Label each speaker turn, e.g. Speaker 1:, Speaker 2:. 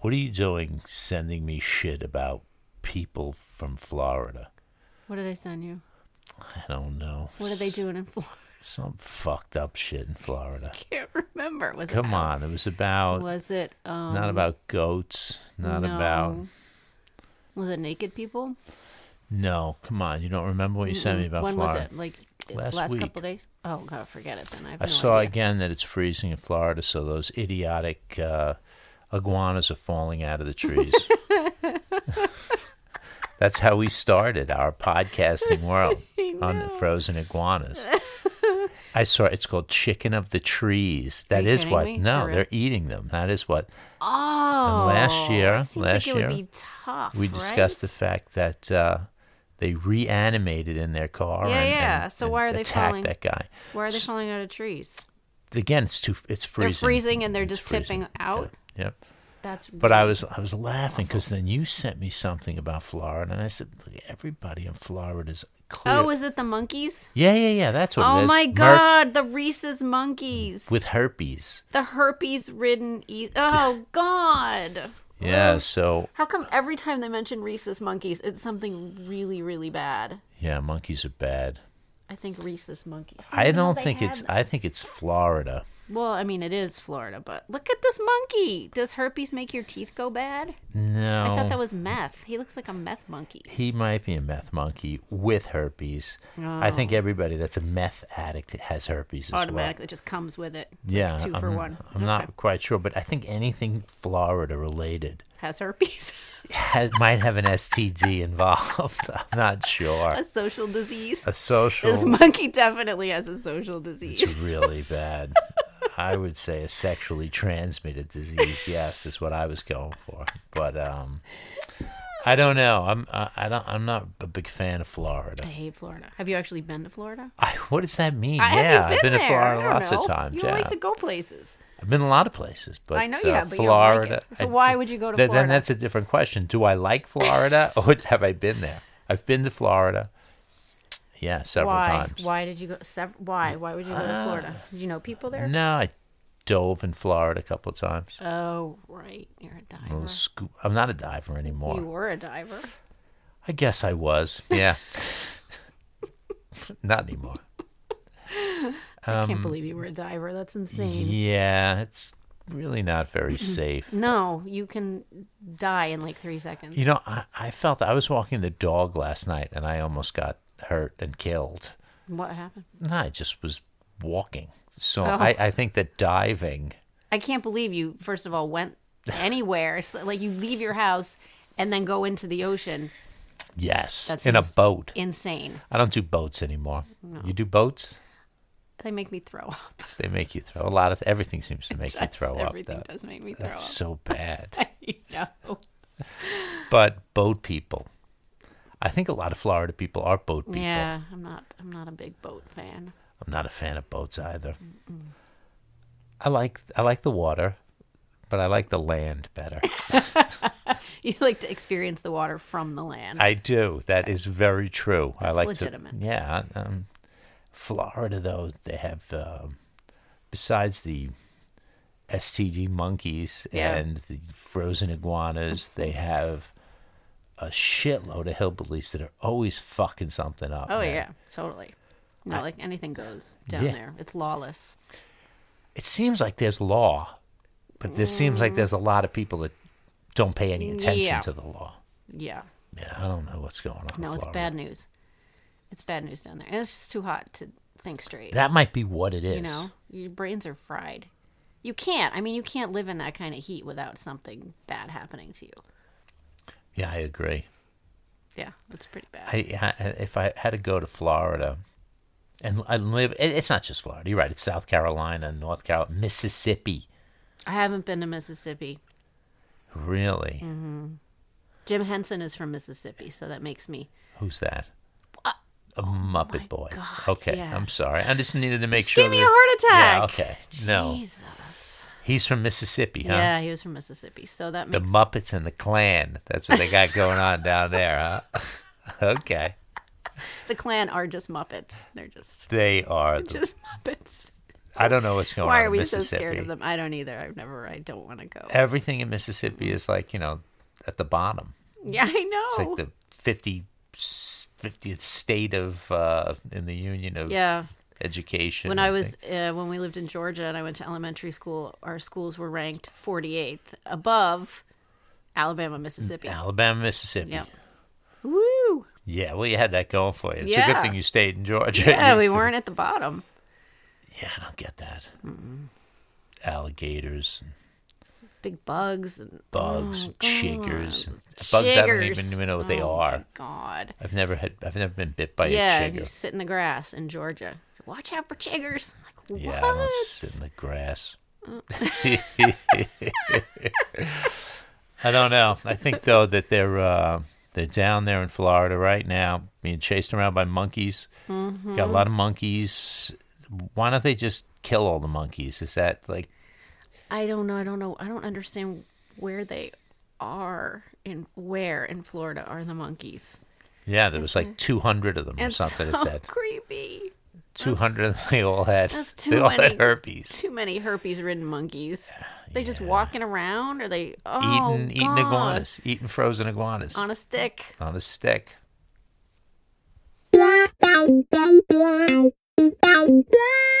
Speaker 1: What are you doing sending me shit about people from Florida?
Speaker 2: What did I send you?
Speaker 1: I don't know.
Speaker 2: What are they doing in Florida?
Speaker 1: Some fucked up shit in Florida.
Speaker 2: I can't remember. Was
Speaker 1: Come
Speaker 2: it
Speaker 1: on. It was about,
Speaker 2: Was it um,
Speaker 1: not about goats, not
Speaker 2: no.
Speaker 1: about.
Speaker 2: Was it naked people?
Speaker 1: No, come on. You don't remember what you sent me about
Speaker 2: when
Speaker 1: Florida?
Speaker 2: was it? Like
Speaker 1: Last
Speaker 2: last,
Speaker 1: week.
Speaker 2: couple days? Oh god, forget it. Then I, have
Speaker 1: I
Speaker 2: no
Speaker 1: saw
Speaker 2: idea.
Speaker 1: again that it's freezing in Florida, so those idiotic uh, iguanas are falling out of the trees. That's how we started our podcasting world on the frozen iguanas. I saw it's called chicken of the trees. That
Speaker 2: you
Speaker 1: is
Speaker 2: kidding
Speaker 1: what.
Speaker 2: me?
Speaker 1: No,
Speaker 2: For real?
Speaker 1: they're eating them. That is what.
Speaker 2: Oh,
Speaker 1: And last year-
Speaker 2: it seems
Speaker 1: last
Speaker 2: like it
Speaker 1: year,
Speaker 2: would be tough.
Speaker 1: We discussed the
Speaker 2: right?
Speaker 1: fact that uh, they reanimated in their car.
Speaker 2: Yeah,
Speaker 1: and,
Speaker 2: yeah.
Speaker 1: and-
Speaker 2: So
Speaker 1: and
Speaker 2: why are they
Speaker 1: attacked
Speaker 2: falling?
Speaker 1: that guy?
Speaker 2: Why are they falling out of trees?
Speaker 1: Again, it's too. It's freezing.
Speaker 2: They're freezing and they're
Speaker 1: It's
Speaker 2: just
Speaker 1: freezing.
Speaker 2: tipping out.
Speaker 1: Yeah. Yep.
Speaker 2: That's
Speaker 1: But I was I was laughing because then you sent me something about Florida, and I said "Look, everybody in Florida is clear.
Speaker 2: Oh, is it the monkeys?
Speaker 1: yeah, yeah, yeah. That's what. it
Speaker 2: Oh
Speaker 1: is.
Speaker 2: my
Speaker 1: Merc
Speaker 2: god, the Reese's monkeys.
Speaker 1: with herpes.
Speaker 2: the herpes ridden e- Oh god.
Speaker 1: Yeah. So
Speaker 2: How come every time they mention Reese's monkeys, it's something really, really bad?
Speaker 1: yeah, monkeys are bad.
Speaker 2: I think Reese's monkey.
Speaker 1: I don't think it's. I think it's Florida.
Speaker 2: Well, I mean, it is Florida, but look at this monkey. Does herpes make your teeth go bad?
Speaker 1: No.
Speaker 2: I thought that was meth. He looks like a meth monkey.
Speaker 1: he might be a meth monkey with herpes. I think everybody that's a meth addict has herpes as well.
Speaker 2: Oh, Automatically just comes with it. It's like
Speaker 1: Yeah,
Speaker 2: 2
Speaker 1: I'm,
Speaker 2: for one.
Speaker 1: I'm not quite sure, but I think anything Florida related
Speaker 2: Has herpes.
Speaker 1: has, might have an STD involved. I'm not sure.
Speaker 2: a social disease.
Speaker 1: A social
Speaker 2: This monkey definitely has a social disease.
Speaker 1: is really bad. I would say a sexually transmitted disease. Yes, is what I was going for. But um, I don't know. I'm I, I don't I'm not a big fan of
Speaker 2: I
Speaker 1: Florida.
Speaker 2: hate Florida. Have you actually been to Florida?
Speaker 1: I, what does that mean?
Speaker 2: I
Speaker 1: yeah,
Speaker 2: haven't
Speaker 1: I've been
Speaker 2: there.
Speaker 1: to Florida
Speaker 2: I don't
Speaker 1: lots of
Speaker 2: know.
Speaker 1: times.
Speaker 2: You
Speaker 1: yeah,
Speaker 2: like to go places.
Speaker 1: I've been a lot of places, but
Speaker 2: I know you
Speaker 1: uh,
Speaker 2: have, but you don't like
Speaker 1: Florida.
Speaker 2: it. So
Speaker 1: I-
Speaker 2: why would you go to
Speaker 1: Th- Then
Speaker 2: Florida?
Speaker 1: that's a different question. Do I like Florida, or have I been there? I've been to Florida. Yeah, several
Speaker 2: Why?
Speaker 1: times. Uh,
Speaker 2: Why did you go? Sev- why? Why would you go to Florida? Did you know people there?
Speaker 1: No, I dove in Florida a couple of times.
Speaker 2: Oh, right. You're a diver.
Speaker 1: Little scoop- I'm not a diver
Speaker 2: You
Speaker 1: anymore.
Speaker 2: were a diver.
Speaker 1: I guess I was. Yeah. not anymore.
Speaker 2: I
Speaker 1: Um,
Speaker 2: can't believe you were a diver. That's insane.
Speaker 1: Yeah, it's really not
Speaker 2: Mm-hmm.
Speaker 1: very safe.
Speaker 2: No, you can die in like three seconds.
Speaker 1: You know, I, I felt I was walking the dog last night and I almost got hurt and killed.
Speaker 2: What happened?
Speaker 1: No, I just was walking. So
Speaker 2: Oh.
Speaker 1: I, I think that diving,
Speaker 2: I can't believe you, first of all, went anywhere. So, like, you leave your house and then go into the ocean.
Speaker 1: yes,
Speaker 2: That
Speaker 1: in a
Speaker 2: seems-
Speaker 1: boat.
Speaker 2: Insane.
Speaker 1: I don't do boats anymore. You do boats?
Speaker 2: They make me throw up.
Speaker 1: They make you throw a lot of everything seems to make you
Speaker 2: That's-
Speaker 1: throw up.
Speaker 2: Everything
Speaker 1: though.
Speaker 2: does make me throw
Speaker 1: That's so bad.
Speaker 2: up. I know.
Speaker 1: but boat people. I think a lot of Florida people are boat people.
Speaker 2: Yeah, I'm not. I'm not a big boat fan.
Speaker 1: I'm not a fan of boats either. I like I like the water, but I like the land better.
Speaker 2: You like to experience the water from the land.
Speaker 1: I do. That is very true. I like
Speaker 2: legitimate.
Speaker 1: to. Yeah. Um, Florida, though, they have um, besides the STD monkeys
Speaker 2: Yeah.
Speaker 1: and the frozen iguanas, they have a shitload of hillbillies that are always fucking something up.
Speaker 2: oh
Speaker 1: man.
Speaker 2: yeah, totally. No, like anything goes down
Speaker 1: Yeah.
Speaker 2: there. It's lawless.
Speaker 1: It seems like there's law, but there seems like there's a lot of people that don't pay any attention
Speaker 2: Yeah.
Speaker 1: to the law.
Speaker 2: Yeah.
Speaker 1: Yeah, I don't know what's going on. in
Speaker 2: No, it's
Speaker 1: Florida.
Speaker 2: bad news. It's bad news down there. And it's just too hot to think straight.
Speaker 1: That might be what it is.
Speaker 2: you know, your brains are fried. You can't. I mean, you can't live in that kind of heat without something bad happening to you.
Speaker 1: Yeah, I agree.
Speaker 2: Yeah, that's pretty bad.
Speaker 1: I, I if I had to go to Florida and I live it, it's not just Florida, you're right, it's South Carolina, North Carolina, Mississippi.
Speaker 2: I haven't been to Mississippi.
Speaker 1: Really?
Speaker 2: Mm. Jim Henson is from Mississippi, so that makes me.
Speaker 1: Who's that? A Muppet Boy.
Speaker 2: Uh, oh God,
Speaker 1: okay, I'm
Speaker 2: yes.
Speaker 1: sorry. I just needed to make
Speaker 2: Just
Speaker 1: sure.
Speaker 2: gave me
Speaker 1: that-
Speaker 2: a heart attack.
Speaker 1: Yeah, okay. No,
Speaker 2: Jesus.
Speaker 1: he's from Mississippi, huh?
Speaker 2: Yeah, he was from Mississippi, so that
Speaker 1: The
Speaker 2: makes
Speaker 1: Muppets and the Clan. That's what they got going on down there, huh? okay.
Speaker 2: the Klan are just Muppets. They're just
Speaker 1: They are. The,
Speaker 2: just Muppets.
Speaker 1: I don't know what's going on.
Speaker 2: Why are
Speaker 1: in
Speaker 2: we
Speaker 1: Oh,
Speaker 2: so
Speaker 1: Mississippi. Eh,
Speaker 2: scared of them? I don't either. I've never. I don't want to go.
Speaker 1: Everything in Mississippi is like you know at the bottom.
Speaker 2: Yeah, I know.
Speaker 1: It's like the 50, 50th state of uh, in the union of
Speaker 2: yeah.
Speaker 1: education.
Speaker 2: When I was
Speaker 1: think.
Speaker 2: uh, when we lived in Georgia and I went to elementary school, our schools were ranked 48th above Alabama, Mississippi.
Speaker 1: Alabama, Mississippi.
Speaker 2: Yeah. Woo!
Speaker 1: Yeah, well, you had that going for you. It's a good
Speaker 2: Yeah.
Speaker 1: thing you stayed in Georgia.
Speaker 2: Yeah,
Speaker 1: You-
Speaker 2: we weren't at the bottom.
Speaker 1: Yeah, I don't get that. Alligators, and
Speaker 2: Big bugs and
Speaker 1: bugs, shakers. and-
Speaker 2: Oh, God.
Speaker 1: Bugs I don't
Speaker 2: Chiggers.
Speaker 1: even know what they
Speaker 2: Oh,
Speaker 1: are.
Speaker 2: God.
Speaker 1: I've never had. I've never been bit by a
Speaker 2: yeah, and you
Speaker 1: chigger.
Speaker 2: sit in the grass in Georgia. Watch out for chiggers. I'm like, what?
Speaker 1: Yeah, I don't sit in the grass. I don't know. I think though that they're uh, they're down there in Florida right now, being chased around by monkeys.
Speaker 2: Mm-hmm.
Speaker 1: Got a lot of monkeys. Why don't they just kill all the monkeys? Is that like
Speaker 2: I don't know. I don't know. I don't understand where they are and where in Florida are the monkeys.
Speaker 1: yeah? There was like two hundred of them or
Speaker 2: It's
Speaker 1: something.
Speaker 2: so
Speaker 1: it said
Speaker 2: creepy.
Speaker 1: two hundred. They all had.
Speaker 2: that's too
Speaker 1: they all
Speaker 2: many.
Speaker 1: had herpes.
Speaker 2: Too many herpes-ridden monkeys. They just walking around? Are they oh,
Speaker 1: eating eating
Speaker 2: God.
Speaker 1: iguanas. Eating frozen iguanas
Speaker 2: on a stick?
Speaker 1: on a stick.
Speaker 3: Blah, blah, blah, blah, blah, blah.